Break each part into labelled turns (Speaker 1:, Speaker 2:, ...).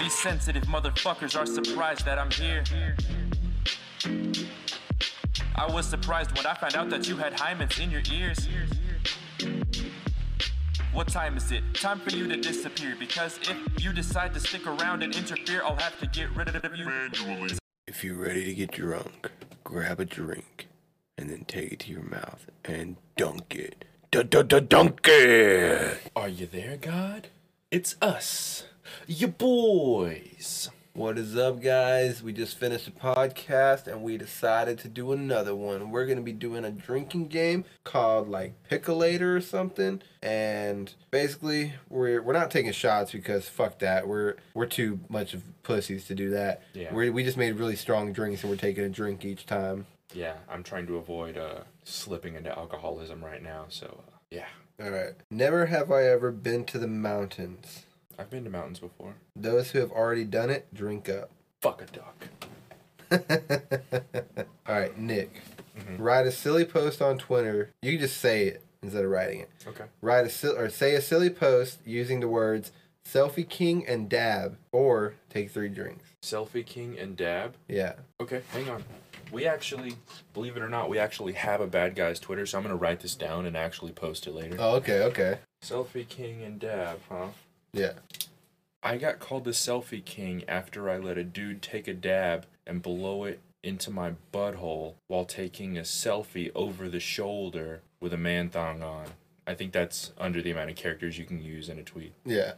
Speaker 1: These sensitive motherfuckers are surprised that I'm here. I was surprised when I found out that you had hymens in your ears. What time is it? Time for you to disappear because if you decide to stick around and interfere, I'll have to get rid of you.
Speaker 2: If you're ready to get drunk, grab a drink and then take it to your mouth and dunk it. Dunk it!
Speaker 3: Are you there, God? It's us, your boys.
Speaker 2: What is up, guys? We just finished a podcast and we decided to do another one. We're going to be doing a drinking game called like Pickolator or something. And basically, we're we're not taking shots because fuck that. We're we're too much of pussies to do that.
Speaker 3: Yeah.
Speaker 2: We're, we just made really strong drinks and we're taking a drink each time.
Speaker 3: Yeah, I'm trying to avoid uh, slipping into alcoholism right now, so uh, yeah.
Speaker 2: All right. Never have I ever been to the mountains.
Speaker 3: I've been to mountains before.
Speaker 2: Those who have already done it, drink up.
Speaker 3: Fuck a duck.
Speaker 2: All right, Nick. Write a silly post on Twitter. You can just say it instead of writing it.
Speaker 3: Okay.
Speaker 2: Write a sil- or say a silly post using the words "selfie king" and "dab" or take three drinks.
Speaker 3: Selfie King and Dab.
Speaker 2: Yeah.
Speaker 3: Okay, hang on. We actually, believe it or not, we actually have a bad guy's Twitter, so I'm gonna write this down and actually post it later.
Speaker 2: Oh, okay, okay.
Speaker 3: Selfie King and Dab, huh?
Speaker 2: Yeah.
Speaker 3: I got called the selfie king after I let a dude take a dab and blow it into my butthole while taking a selfie over the shoulder with a man thong on. I think that's under the amount of characters you can use in a tweet.
Speaker 2: Yeah.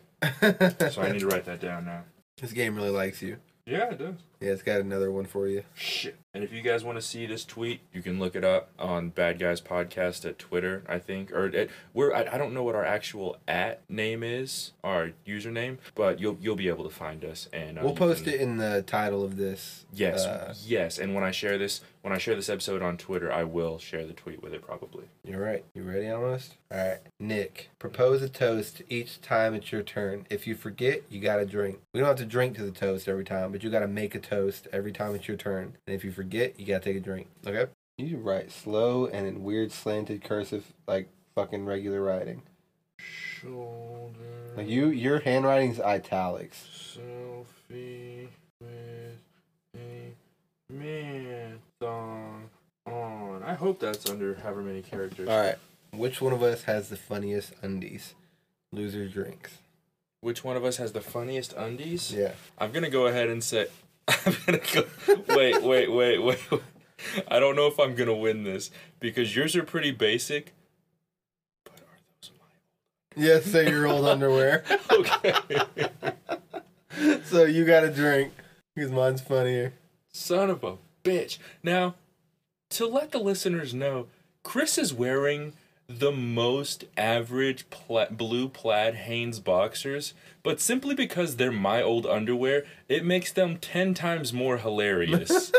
Speaker 3: So I need to write that down now.
Speaker 2: this game really likes you.
Speaker 3: Yeah, it does.
Speaker 2: Yeah, it's got another one for you.
Speaker 3: Shit. And if you guys want to see this tweet, you can look it up on Bad Guys Podcast at Twitter, I think, or at, we're I, I don't know what our actual at name is, our username, but you'll you'll be able to find us and uh,
Speaker 2: We'll
Speaker 3: you
Speaker 2: post
Speaker 3: can-
Speaker 2: it in the title of this.
Speaker 3: Yes,
Speaker 2: Uh,
Speaker 3: yes. And when I share this, when I share this episode on Twitter, I will share the tweet with it probably.
Speaker 2: You're right. You ready almost? All right. Nick, propose a toast each time it's your turn. If you forget, you got to drink. We don't have to drink to the toast every time, but you got to make a toast every time it's your turn. And if you forget, you got to take a drink. Okay? You write slow and in weird slanted cursive, like fucking regular writing.
Speaker 3: Shoulder
Speaker 2: Like you, your handwriting's italics.
Speaker 3: selfie with a man thong on. I hope that's under however many characters.
Speaker 2: All right. Which one of us has the funniest undies? Loser drinks.
Speaker 3: Which one of us has the funniest undies?
Speaker 2: Yeah.
Speaker 3: I'm gonna go ahead and say. I'm gonna go. Wait, wait, wait, wait. wait. I don't know if I'm gonna win this because yours are pretty basic. But are those mine?
Speaker 2: Yeah, say your old underwear.
Speaker 3: Okay.
Speaker 2: So you got to drink because mine's funnier.
Speaker 3: Son of a bitch. Now, to let the listeners know, Chris is wearing the most average pla- blue plaid Hanes boxers, but simply because they're my old underwear, it makes them 10 times more hilarious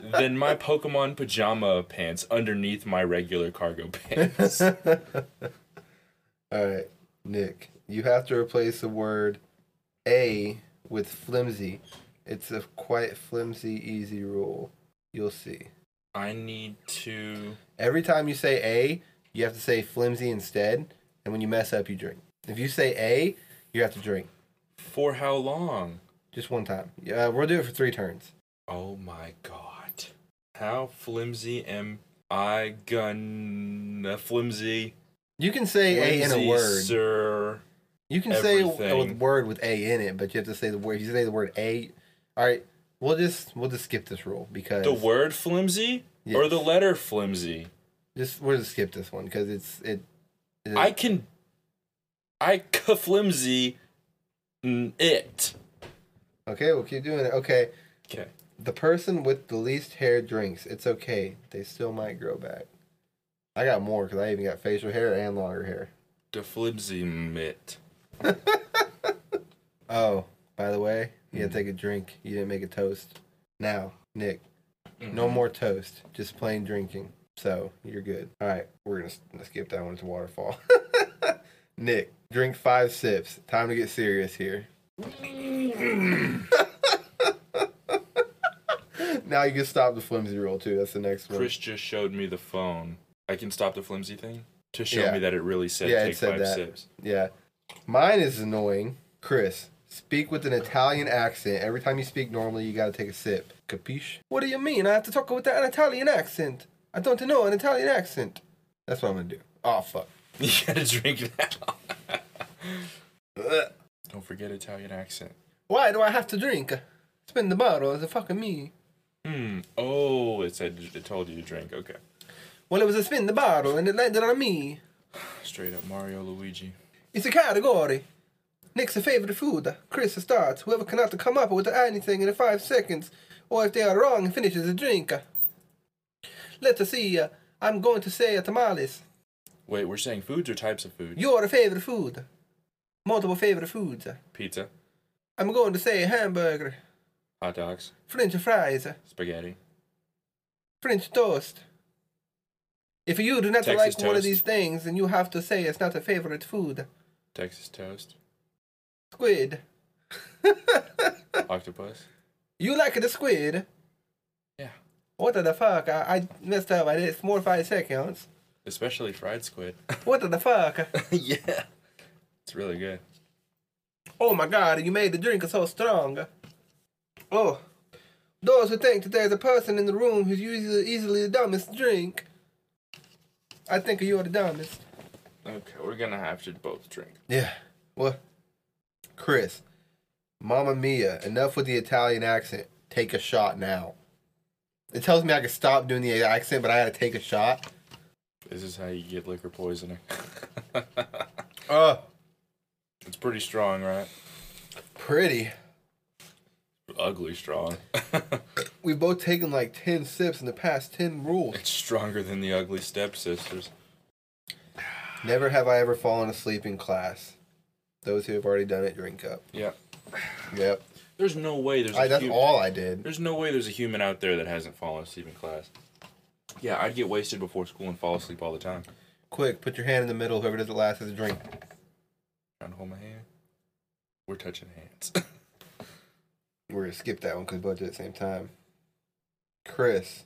Speaker 3: than my Pokemon pajama pants underneath my regular cargo pants.
Speaker 2: All right, Nick, you have to replace the word a with flimsy. It's a quite flimsy, easy rule. You'll see.
Speaker 3: I need to.
Speaker 2: Every time you say a, you have to say flimsy instead. And when you mess up, you drink. If you say a, you have to drink
Speaker 3: For how long?
Speaker 2: just one time. Yeah, we'll do it for three turns.
Speaker 3: Oh my god. How flimsy am I gonna flimsy?
Speaker 2: You can say a in a
Speaker 3: flimsy,
Speaker 2: word.
Speaker 3: Sir.
Speaker 2: You can say a
Speaker 3: everything.
Speaker 2: with- word with a in it, but you have to say the word. If you say the word a, all right, we'll just we'll just skip this rule because
Speaker 3: The word flimsy or
Speaker 2: Yes.
Speaker 3: the letter flimsy?
Speaker 2: Just we'll just skip this one because it's it. it-
Speaker 3: I can I ca flimsy n- it.
Speaker 2: okay, we'll keep doing it. Okay,
Speaker 3: Okay.
Speaker 2: the person with the least hair drinks. It's okay. They still might grow back. I got more because I even got facial hair and longer hair.
Speaker 3: The flimsy mit.
Speaker 2: Oh, by the way, you gotta take a drink. You didn't make a toast. Now, Nick, no more toast. Just plain drinking. So you're good. All right, we're gonna, s- gonna skip that one. It's a waterfall. Nick, drink five sips. Time to get serious here. now you can stop the flimsy roll too. That's the next one.
Speaker 3: Chris just showed me the phone. I can stop the flimsy thing to show
Speaker 2: Yeah.
Speaker 3: me that it really said
Speaker 2: Yeah, it
Speaker 3: take
Speaker 2: said
Speaker 3: five
Speaker 2: that.
Speaker 3: sips.
Speaker 2: Yeah, mine is annoying. Chris, Speak with an Italian accent. Every time you speak normally, you gotta take a sip. Capiche? What do you mean? I have to talk with an Italian accent. I don't know an Italian accent. That's what I'm gonna do. Oh, fuck.
Speaker 3: You gotta drink that.
Speaker 2: Ugh.
Speaker 3: Don't forget Italian accent.
Speaker 2: Why do I have to drink? Spin the bottle as a fucking me.
Speaker 3: Hmm. Oh, it said it told you to drink. Okay.
Speaker 2: Well, it was a spin the bottle and it landed on me.
Speaker 3: Straight up Mario Luigi.
Speaker 2: It's a category. Nick's a favorite food. Chris starts. Whoever cannot come up with anything in five seconds, or if they are wrong, finishes the drink. Let's see. uh, I'm going to say tamales.
Speaker 3: Wait, we're saying foods or types of food?
Speaker 2: Your favorite food. Multiple favorite foods.
Speaker 3: Pizza,
Speaker 2: I'm going to say hamburger,
Speaker 3: hot dogs,
Speaker 2: French fries,
Speaker 3: spaghetti.
Speaker 2: French toast. If you do not like
Speaker 3: Texas
Speaker 2: one of
Speaker 3: toast.
Speaker 2: these things, then you have to say it's not a favorite food.
Speaker 3: Texas toast,
Speaker 2: Squid.
Speaker 3: octopus.
Speaker 2: You like the squid?
Speaker 3: Yeah,
Speaker 2: What the fuck? I, I messed up. I did more five seconds.
Speaker 3: especially fried squid.
Speaker 2: What the fuck?
Speaker 3: yeah, it's really good.
Speaker 2: Oh my god, you made the drink so strong. Oh. Those who think that there's a person in the room who's usually easily the dumbest drink. I think you're the dumbest.
Speaker 3: Okay, we're gonna have to both drink.
Speaker 2: Yeah. Well, Chris, Mamma Mia, enough with the Italian accent. Take a shot now. It tells me I can stop doing the accent, but I gotta take a shot.
Speaker 3: This is how you get liquor poisoning.
Speaker 2: Oh,
Speaker 3: it's pretty strong, right?
Speaker 2: pretty.
Speaker 3: Ugly strong.
Speaker 2: We've both taken like 10 sips in the past 10 rules.
Speaker 3: it's stronger than the ugly stepsisters.
Speaker 2: Never have I ever fallen asleep in class. Those who have already done it, drink up.
Speaker 3: Yeah.
Speaker 2: Yep.
Speaker 3: There's no way there's. a
Speaker 2: I, that's
Speaker 3: hu-
Speaker 2: all I did.
Speaker 3: There's no way there's a human out there that hasn't fallen asleep in class. Yeah, I'd get wasted before school and fall asleep all the time.
Speaker 2: Quick, put your hand in the middle. Whoever does it last has a drink.
Speaker 3: Trying to hold my hand. We're touching hands.
Speaker 2: We're gonna skip that one because both did it at the same time. Chris,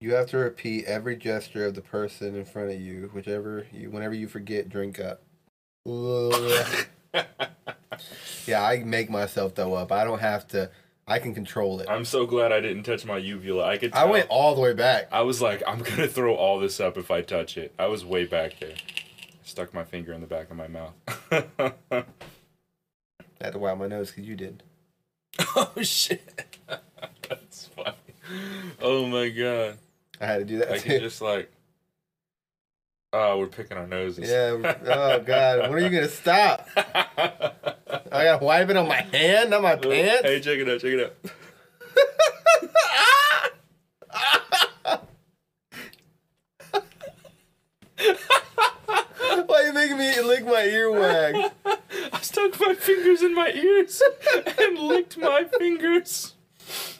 Speaker 2: you have to repeat every gesture of the person in front of you, whichever you, whenever you forget, drink up. yeah, I make myself throw up. I don't have to. I can control it.
Speaker 3: I'm so glad I didn't touch my uvula. I could.
Speaker 2: I
Speaker 3: tell-
Speaker 2: went all the way back.
Speaker 3: I was like, I'm gonna throw all this up if I touch it. I was way back there. Stuck my finger in the back of my mouth.
Speaker 2: I had to wipe my nose because you did.
Speaker 3: oh shit. That's funny. Oh my god.
Speaker 2: I had to do that
Speaker 3: I
Speaker 2: too.
Speaker 3: can just like. Oh, we're picking our noses.
Speaker 2: Yeah. Oh God. When are you gonna stop? I gotta wipe it on my hand, not my pants.
Speaker 3: Hey, check it out. Check it out.
Speaker 2: Why are you making me lick my earwax?
Speaker 3: I stuck my fingers in my ears and licked my fingers.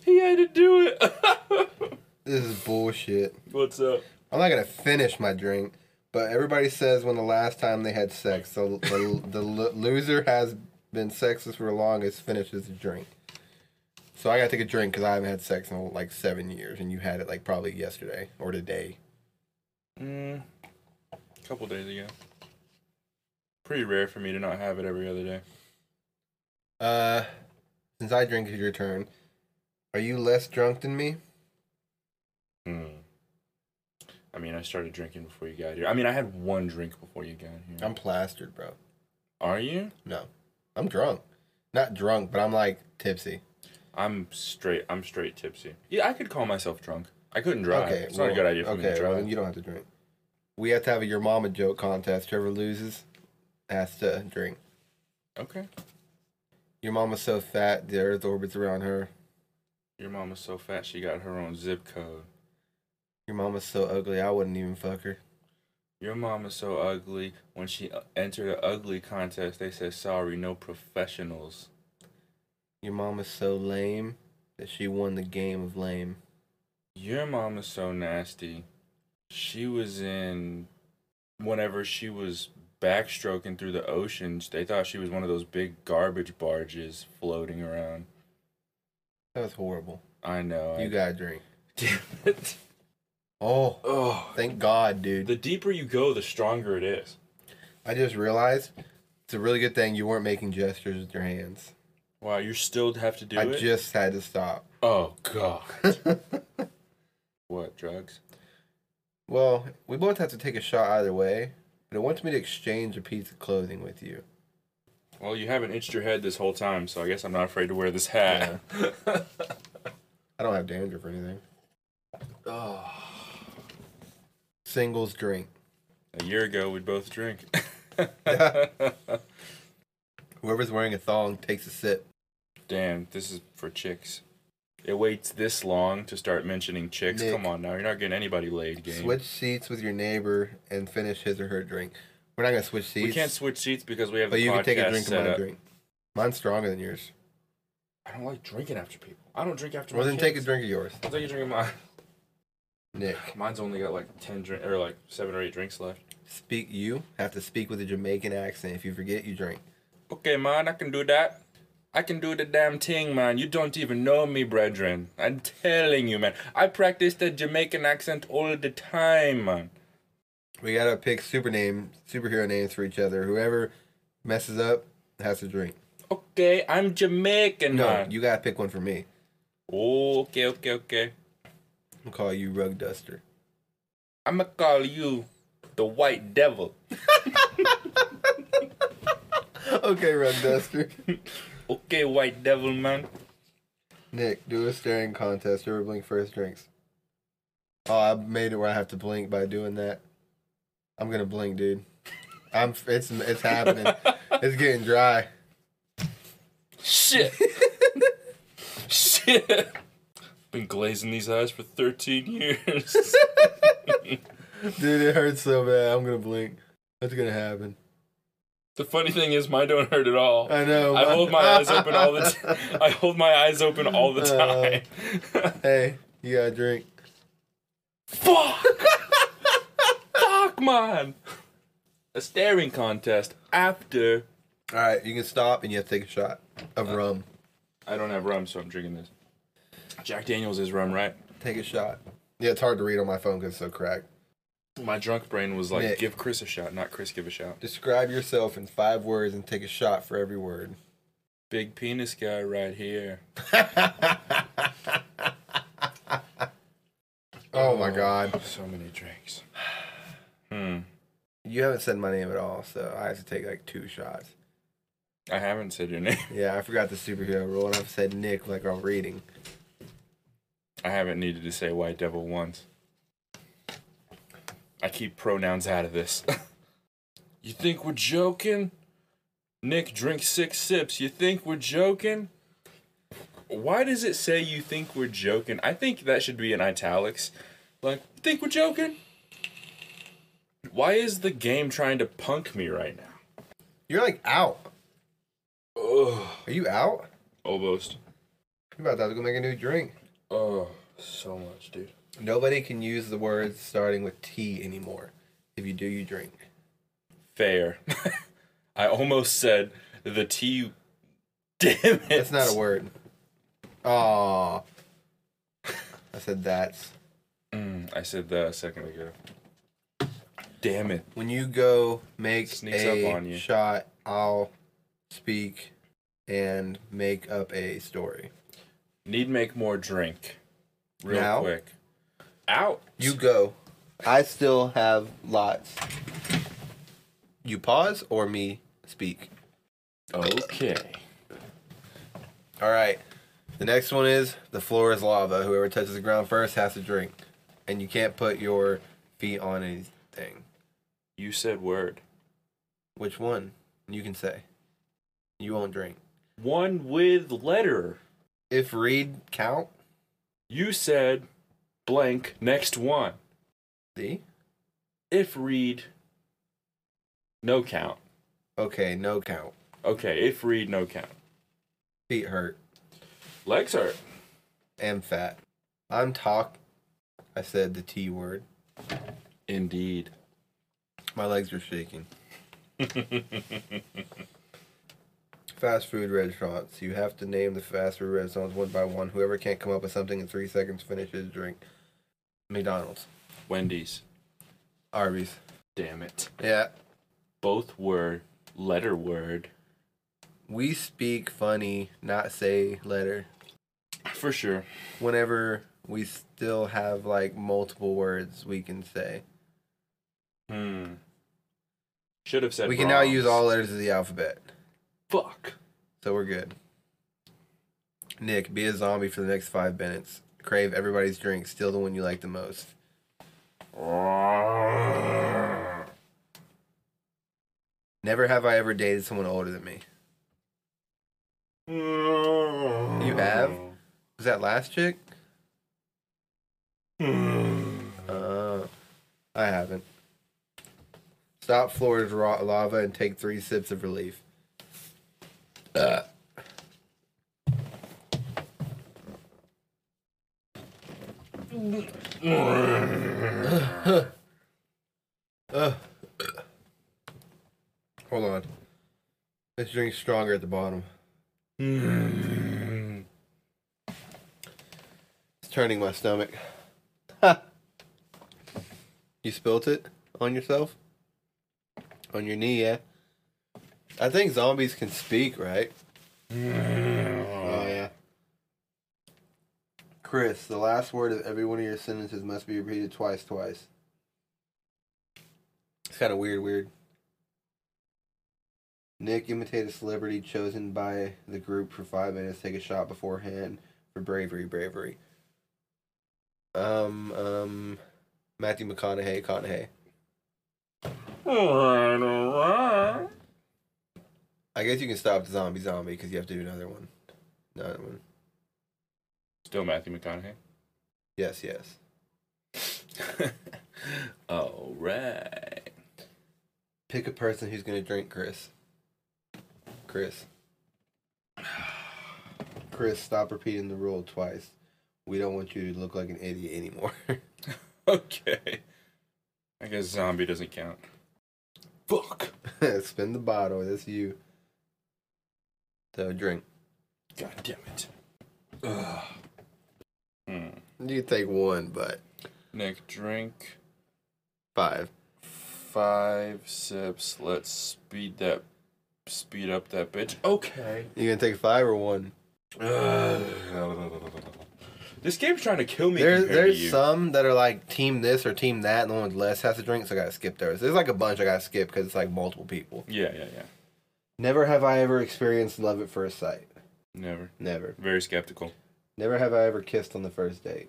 Speaker 3: He had to do it.
Speaker 2: this is bullshit.
Speaker 3: What's up?
Speaker 2: I'm not gonna finish my drink, but everybody says when the last time they had sex, the the, the lo- loser has been sexless for the longest finishes the drink. So I gotta take a drink because I haven't had sex in like seven years, and you had it like probably yesterday or today.
Speaker 3: Mm, a couple days ago. Pretty rare for me to not have it every other day.
Speaker 2: Uh, since I drink, it's your turn. Are you less drunk than me?
Speaker 3: Mm. I mean, I started drinking before you got here. I mean, I had one drink before you got here.
Speaker 2: I'm plastered, bro.
Speaker 3: Are you?
Speaker 2: No, I'm drunk. Not drunk, but I'm like tipsy.
Speaker 3: I'm straight. I'm straight tipsy. Yeah, I could call myself drunk. I couldn't drive.
Speaker 2: Okay,
Speaker 3: it's
Speaker 2: well,
Speaker 3: not a good idea for me
Speaker 2: okay,
Speaker 3: to
Speaker 2: well,
Speaker 3: drive.
Speaker 2: then you don't have to drink. We have to have a your mama joke contest. Whoever loses has to drink.
Speaker 3: okay.
Speaker 2: Your mama's so fat, the earth orbits around her.
Speaker 3: Your mom was so fat she got her own zip code.
Speaker 2: Your mama's so ugly, I wouldn't even fuck her.
Speaker 3: Your mom is so ugly. When she uh, entered the ugly contest, they said sorry, no professionals.
Speaker 2: Your mama's so lame that she won the game of lame.
Speaker 3: Your mom is so nasty. She was in whenever she was backstroking through the oceans. They thought she was one of those big garbage barges floating around.
Speaker 2: That was horrible.
Speaker 3: I know. I,
Speaker 2: You gotta drink.
Speaker 3: damn it.
Speaker 2: Oh,
Speaker 3: Oh,
Speaker 2: thank God, dude.
Speaker 3: the deeper you go, the stronger it is.
Speaker 2: I just realized It's a really good thing you weren't making gestures with your hands.
Speaker 3: Wow, you still have to do
Speaker 2: I
Speaker 3: it.
Speaker 2: just had to stop.
Speaker 3: oh God. what drugs?
Speaker 2: Well, we both have to take a shot either way, but it wants me to exchange a piece of clothing with you.
Speaker 3: Well, you haven't itched your head this whole time, so I guess I'm not afraid to wear this hat.
Speaker 2: I don't have dandruff or anything.
Speaker 3: Oh.
Speaker 2: Singles drink.
Speaker 3: A year ago, we'd both drink.
Speaker 2: Whoever's wearing a thong takes a sip.
Speaker 3: Damn, this is for chicks. It waits this long to start mentioning chicks.
Speaker 2: Nick.
Speaker 3: Come on now, you're not getting anybody laid, game.
Speaker 2: Switch seats with your neighbor and finish his or her drink. We're not gonna switch seats.
Speaker 3: We can't switch seats because we have
Speaker 2: but
Speaker 3: the
Speaker 2: you can
Speaker 3: podcast
Speaker 2: take a drink of
Speaker 3: set
Speaker 2: my
Speaker 3: up.
Speaker 2: drink. Mine's stronger than yours.
Speaker 3: I don't like drinking after people. I don't drink after.
Speaker 2: Well,
Speaker 3: my
Speaker 2: then take a
Speaker 3: kids.
Speaker 2: drink of yours,
Speaker 3: I'll take a drink of mine.
Speaker 2: Nick.
Speaker 3: Mine's only got like ten drink or like seven or eight drinks left.
Speaker 2: Speak. You have to speak with a Jamaican accent. If you forget, you drink.
Speaker 3: Okay, man, I can do that. I can do the damn thing, man. You don't even know me, brethren. I'm telling you, man. I practice the Jamaican accent all the time, man.
Speaker 2: We gotta pick super name, superhero names for each other. Whoever messes up has to drink.
Speaker 3: Okay, I'm Jamaican,
Speaker 2: No,
Speaker 3: man.
Speaker 2: you gotta pick one for me.
Speaker 3: Oh, okay, okay, okay.
Speaker 2: I'll call you Rug Duster.
Speaker 3: I'ma call you the White Devil.
Speaker 2: okay, Rug Duster.
Speaker 3: Okay, White Devil, man.
Speaker 2: Nick, do a staring contest. Whoever blink first drinks. Oh, I made it where I have to blink by doing that. I'm gonna blink, dude. I'm. It's it's happening. it's getting dry.
Speaker 3: Shit. Shit. Been glazing these eyes for 13 years.
Speaker 2: Dude, it hurts so bad. I'm gonna blink. That's gonna happen.
Speaker 3: the funny thing is, mine don't hurt at all.
Speaker 2: I know.
Speaker 3: I
Speaker 2: mine-
Speaker 3: hold my eyes open all the time. I hold my eyes open all the
Speaker 2: Uh.
Speaker 3: time.
Speaker 2: hey, you gotta drink.
Speaker 3: Fuck! Fuck, man! A staring contest after.
Speaker 2: All right, you can stop and you have to take a shot of rum.
Speaker 3: I don't have rum, so I'm drinking this. Jack Daniels is rum, right?
Speaker 2: Take a shot. Yeah, it's hard to read on my phone because it's so cracked.
Speaker 3: My drunk brain was like,
Speaker 2: Nick.
Speaker 3: give Chris a shot, not Chris give a shot.
Speaker 2: Describe yourself in five words and take a shot for every word.
Speaker 3: Big penis guy right here.
Speaker 2: Oh my god.
Speaker 3: So many drinks. Hmm.
Speaker 2: You haven't said my name at all, so I have to take like two shots.
Speaker 3: I haven't said your name.
Speaker 2: Yeah, I forgot the superhero rule and I've said Nick like I'm reading.
Speaker 3: I haven't needed to say white devil once. I keep pronouns out of this. you think we're joking? Nick drinks six sips. You think we're joking? Why does it say you think we're joking? I think that should be in italics. Like, you think we're joking? Why is the game trying to punk me right now?
Speaker 2: You're like out.
Speaker 3: Ugh.
Speaker 2: Are you out?
Speaker 3: Almost.
Speaker 2: You're about to have to go make a new drink.
Speaker 3: Oh, so much, dude.
Speaker 2: Nobody can use the words starting with T anymore. If you do, you drink.
Speaker 3: Fair. I almost said the T. Damn it.
Speaker 2: That's not a word. Aw. I said that's.
Speaker 3: Mm, I said that a second ago. Damn it.
Speaker 2: When you go make
Speaker 3: Sneaks
Speaker 2: a
Speaker 3: up on you.
Speaker 2: shot, I'll speak and make up a story.
Speaker 3: Need make more drink. Real
Speaker 2: Now?
Speaker 3: quick. Out.
Speaker 2: You go. I still have lots. You pause or me speak.
Speaker 3: Okay.
Speaker 2: All right. The next one is the floor is lava. Whoever touches the ground first has to drink. And you can't put your feet on anything.
Speaker 3: You said word.
Speaker 2: Which one? You can say. You won't drink.
Speaker 3: One with letter.
Speaker 2: If read count,
Speaker 3: You said blank next one.
Speaker 2: see?
Speaker 3: If read no count.
Speaker 2: Okay, no count.
Speaker 3: Okay, if read no count.
Speaker 2: Feet hurt.
Speaker 3: Legs hurt.
Speaker 2: am fat. I'm talk. I said the T word.
Speaker 3: Indeed.
Speaker 2: My legs are shaking. fast food restaurants. You have to name the fast food restaurants one by one. Whoever can't come up with something in three seconds finishes drink. McDonald's,
Speaker 3: Wendy's.
Speaker 2: Arby's.
Speaker 3: Damn it.
Speaker 2: Yeah.
Speaker 3: Both were letter word.
Speaker 2: We speak funny, not say letter.
Speaker 3: For sure.
Speaker 2: Whenever we still have like multiple words we can say,
Speaker 3: Hmm. Should have said
Speaker 2: we can now use
Speaker 3: Brahms.
Speaker 2: all letters of the alphabet.
Speaker 3: Fuck.
Speaker 2: So we're good. Nick, be a zombie for the next five minutes. Crave everybody's drink, still the one you like the most. Never have I ever dated someone older than me.
Speaker 3: You
Speaker 2: have? Was that last chick? Uh, I haven't. Stop Florida's raw lava and take three sips of relief. Uh. Uh. Hold on. This drink's stronger at the bottom. Hmm. It's turning my stomach. You spilt it on yourself? On your knee, yeah. I think zombies can speak, right? Oh, yeah. Chris, the last word of every one of your sentences must be repeated twice, twice. It's kind of weird, weird. Nick, imitate a celebrity chosen by the group for five minutes. Take a shot beforehand for bravery, bravery. Um, um, Matthew McConaughey, Conaughey.
Speaker 3: Alright, alright.
Speaker 2: I guess you can stop the zombie zombie because you have to do another one. Another one.
Speaker 3: Still Matthew McConaughey.
Speaker 2: Yes, yes.
Speaker 3: alright.
Speaker 2: Pick a person who's gonna drink Chris. Chris. Chris, stop repeating the rule twice. We don't want you to look like an idiot anymore.
Speaker 3: Okay. I guess zombie doesn't count. Fuck.
Speaker 2: Spin the bottle. That's you. So drink.
Speaker 3: God damn it. Ugh. Hmm.
Speaker 2: You take one, but
Speaker 3: Nick, drink
Speaker 2: five.
Speaker 3: five sips. Let's speed that, speed up that bitch. Okay.
Speaker 2: You gonna take five or one?
Speaker 3: this game's trying to kill me.
Speaker 2: There,
Speaker 3: compared to
Speaker 2: there's
Speaker 3: you.
Speaker 2: some that are like team this or team that, and the one with less has to drink, so I gotta skip those. There's like a bunch I gotta skip because it's like multiple people.
Speaker 3: Yeah, yeah, yeah.
Speaker 2: Never have I ever experienced love at first sight.
Speaker 3: Never.
Speaker 2: Never.
Speaker 3: Very skeptical.
Speaker 2: Never have I ever kissed on the first date.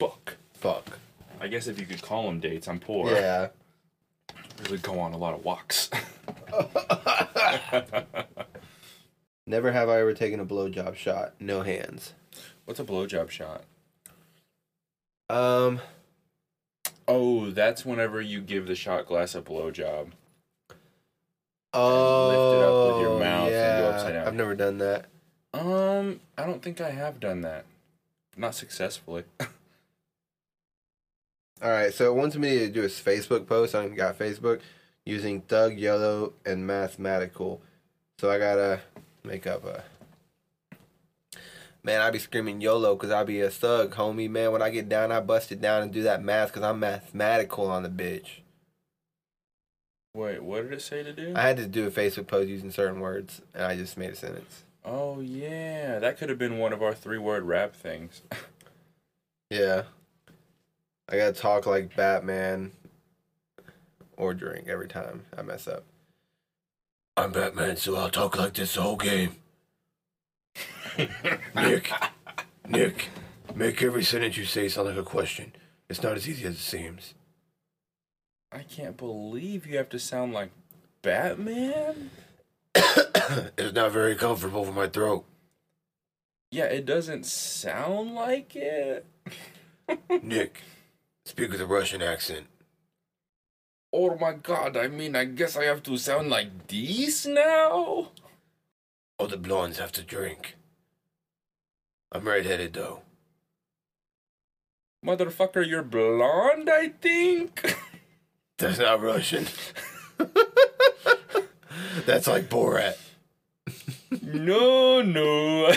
Speaker 3: Fuck.
Speaker 2: Fuck.
Speaker 3: I guess if you could call them dates, I'm poor.
Speaker 2: Yeah.
Speaker 3: Really go on a lot of walks.
Speaker 2: Never have I ever taken a blowjob shot. No hands.
Speaker 3: What's a blowjob shot?
Speaker 2: Um,
Speaker 3: Oh, that's whenever you give the shot glass a blowjob.
Speaker 2: oh,
Speaker 3: with your mouth and go
Speaker 2: yeah.
Speaker 3: upside down.
Speaker 2: I've never done that.
Speaker 3: Um, I don't think I have done that. Not successfully.
Speaker 2: All right, so it wants me to do a Facebook post. I ain't got Facebook using Thug Yellow and Mathematical. So I gotta make up a. Man, I be screaming YOLO because I be a thug, homie. Man, when I get down, I bust it down and do that math because I'm mathematical on the bitch.
Speaker 3: Wait, what did it say to do?
Speaker 2: I had to do a Facebook post using certain words, and I just made a sentence.
Speaker 3: oh yeah, that could have been one of our three-word rap things.
Speaker 2: Yeah. I gotta talk like Batman or drink every time I mess up. I'm Batman, so I'll talk like this the whole game. Nick, Nick, make every sentence you say sound like a question. It's not as easy as it seems.
Speaker 3: I can't believe you have to sound like Batman.
Speaker 2: it's not very comfortable for my throat.
Speaker 3: Yeah, it doesn't sound like it.
Speaker 2: Nick, speak with a Russian accent.
Speaker 3: Oh my god, I mean, I guess I have to sound like these now?
Speaker 2: All the blondes have to drink. I'm redheaded though.
Speaker 3: Motherfucker, you're blonde, I think?
Speaker 2: That's not Russian. That's like Borat.
Speaker 3: no, no.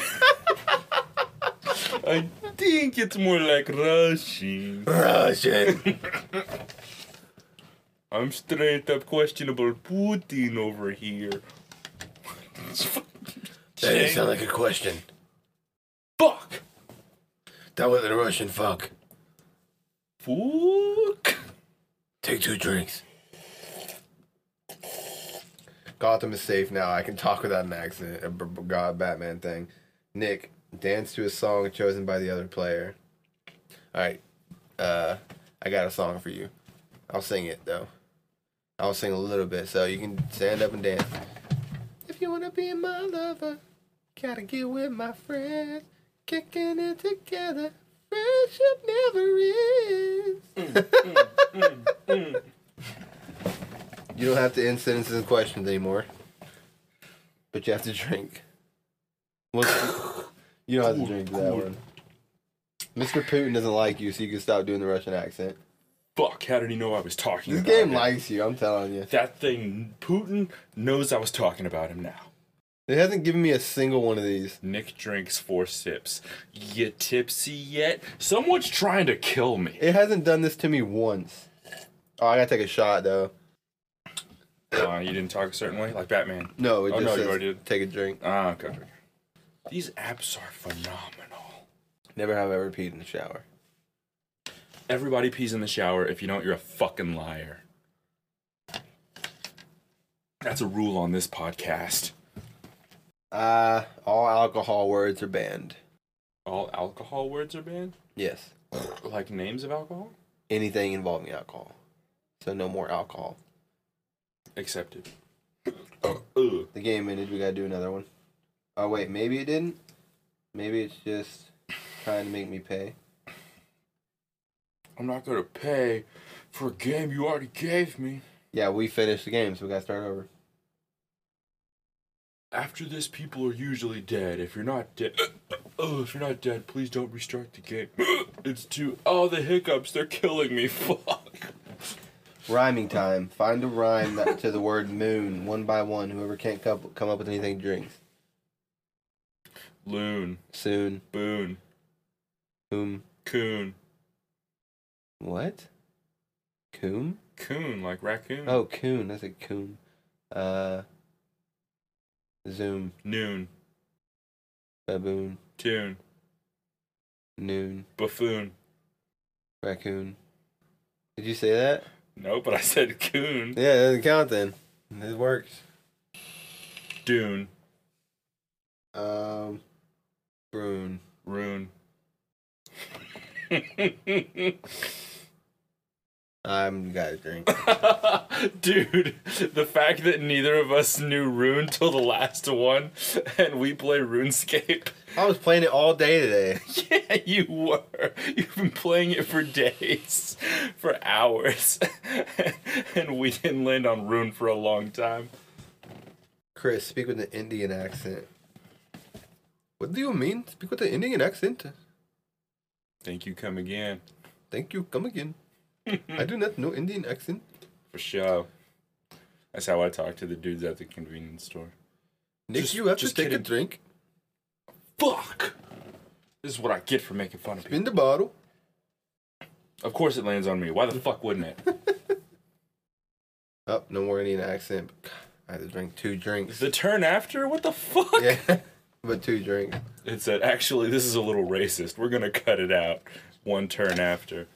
Speaker 3: I think it's more like Russian.
Speaker 2: Russian.
Speaker 3: I'm straight up questionable Putin over here.
Speaker 2: That didn't sound like a question.
Speaker 3: Fuck!
Speaker 2: That wasn't a Russian fuck.
Speaker 3: Fuck!
Speaker 2: Take two drinks. Gotham is safe now. I can talk without an accent. A b- b- God, Batman thing. Nick, dance to a song chosen by the other player. All right. Uh, I got a song for you. I'll sing it, though. I'll sing a little bit, so you can stand up and dance. If you want to be my lover, gotta get with my friends. Kicking it together. Friendship never ends. You don't have to end sentences and questions anymore. But you have to drink. What's- you don't have to drink that one. Mr. Putin doesn't like you, so you can stop doing the Russian accent.
Speaker 3: Fuck, how did he know I was talking
Speaker 2: This
Speaker 3: about
Speaker 2: game
Speaker 3: him?
Speaker 2: likes you, I'm telling you.
Speaker 3: that thing, Putin knows I was talking about him now.
Speaker 2: It hasn't given me a single one of these.
Speaker 3: Nick drinks four sips. You tipsy yet? Someone's trying to kill me.
Speaker 2: It hasn't done this to me once. Oh, I gotta take a shot though.
Speaker 3: Uh, you didn't talk a certain way? Like Batman.
Speaker 2: No, it
Speaker 3: Oh,
Speaker 2: just
Speaker 3: no, you
Speaker 2: says
Speaker 3: already did.
Speaker 2: take a drink.
Speaker 3: Ah, okay. okay. These apps are phenomenal.
Speaker 2: Never have I ever peed in the shower.
Speaker 3: Everybody pees in the shower. If you don't, you're a fucking liar. That's a rule on this podcast.
Speaker 2: Uh, all alcohol words are banned.
Speaker 3: All alcohol words are banned?
Speaker 2: Yes.
Speaker 3: Like names of alcohol?
Speaker 2: Anything involving alcohol. So no more alcohol.
Speaker 3: Accepted. Uh, Ugh.
Speaker 2: The game ended. We gotta do another one. Oh wait, maybe it didn't. Maybe it's just trying to make me pay.
Speaker 3: I'm not gonna pay for a game you already gave me.
Speaker 2: Yeah, we finished the game, so we gotta start over.
Speaker 3: After this, people are usually dead. If you're not dead, oh, if you're not dead, please don't restart the game. Uh, It's too. Oh, the hiccups. They're killing me. Fuck.
Speaker 2: Rhyming time. Find a rhyme that, to the word moon one by one. Whoever can't couple, come up with anything drinks.
Speaker 3: Loon,
Speaker 2: Soon.
Speaker 3: boon,
Speaker 2: Whom.
Speaker 3: coon,
Speaker 2: What? Coon?
Speaker 3: coon, like raccoon.
Speaker 2: Oh, coon. That's a coon. Uh. Zoom.
Speaker 3: Noon,
Speaker 2: Baboon.
Speaker 3: tune,
Speaker 2: Noon.
Speaker 3: buffoon.
Speaker 2: Raccoon. Did you say that?
Speaker 3: No, but I said coon.
Speaker 2: Yeah, it doesn't count then. It works.
Speaker 3: Dune,
Speaker 2: Um, Brune.
Speaker 3: rune.
Speaker 2: I'm got a drink.
Speaker 3: Dude, the fact that neither of us knew Rune till the last one, and we play RuneScape.
Speaker 2: I was playing it all day today.
Speaker 3: Yeah, you were. You've been playing it for days, for hours, and we didn't land on Rune for a long time.
Speaker 2: Chris, speak with an Indian accent. What do you mean? Speak with an Indian accent.
Speaker 3: Think you come again
Speaker 2: Thank you. Come again. I do not know Indian accent.
Speaker 3: for sure. That's how I talk to the dudes at the convenience store.
Speaker 2: Nick,
Speaker 3: Just-
Speaker 2: you have to
Speaker 3: just
Speaker 2: take a
Speaker 3: kidding.
Speaker 2: drink.
Speaker 3: Fuck. This is what I get for making fun of people.
Speaker 2: Spin the bottle.
Speaker 3: Of course it lands on me. Why the fuck wouldn't it?
Speaker 2: Oh, no more Indian accent. I had to drink two drinks.
Speaker 3: The turn after? What the fuck?
Speaker 2: Yeah, but two drinks.
Speaker 3: It said, actually, this is a little racist. We're going to cut it out one turn after.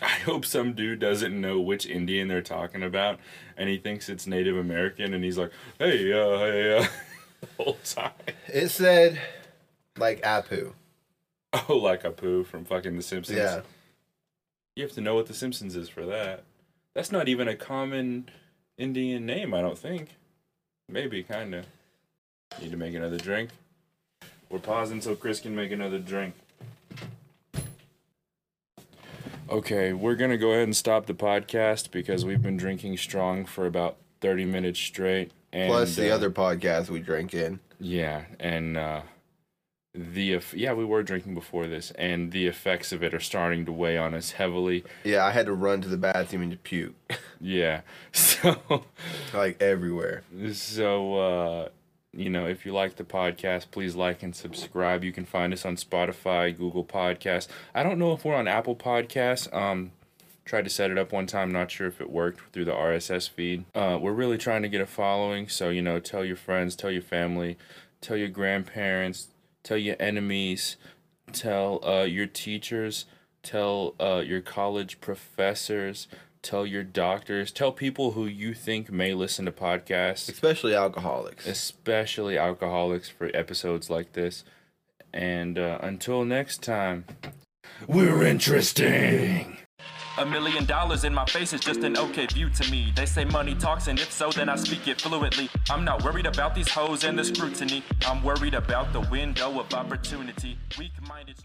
Speaker 3: I hope some dude doesn't know which Indian they're talking about and he thinks it's Native American and he's like, hey, uh, hey, uh, the whole time.
Speaker 2: It said, like Apu.
Speaker 3: Oh, like Apu from fucking The Simpsons.
Speaker 2: Yeah.
Speaker 3: You have to know what The Simpsons is for that. That's not even a common Indian name, I don't think. Maybe, kind of. Need to make another drink. We're pausing so Chris can make another drink. Okay, we're going to go ahead and stop the podcast because we've been drinking strong for about 30 minutes straight. And,
Speaker 2: Plus the
Speaker 3: uh,
Speaker 2: other podcast we drank in.
Speaker 3: yeah, and uh, the eff- yeah we were drinking before this, and the effects of it are starting to weigh on us heavily.
Speaker 2: Yeah, I had to run to the bathroom and puke,
Speaker 3: Yeah, so
Speaker 2: like everywhere.
Speaker 3: so uh, you know if you like the podcast, please like and subscribe. You can find us on Spotify, Google Podcasts. I don't know if we're on Apple Podcasts. Um, Tried to set it up one time, not sure if it worked through the RSS feed. Uh, we're really trying to get a following, so you know, tell your friends, tell your family, tell your grandparents, tell your enemies, tell uh, your teachers, tell uh, your college professors, tell your doctors, tell people who you think may listen to podcasts,
Speaker 2: especially alcoholics.
Speaker 3: especially alcoholics, for episodes like this. And uh, until next time, we're interesting.
Speaker 1: A million dollars in my face is just an okay view to me. They say money talks, and if so, then I speak it fluently. I'm not worried about these hoes and the scrutiny. I'm worried about the window of opportunity. Weak minded.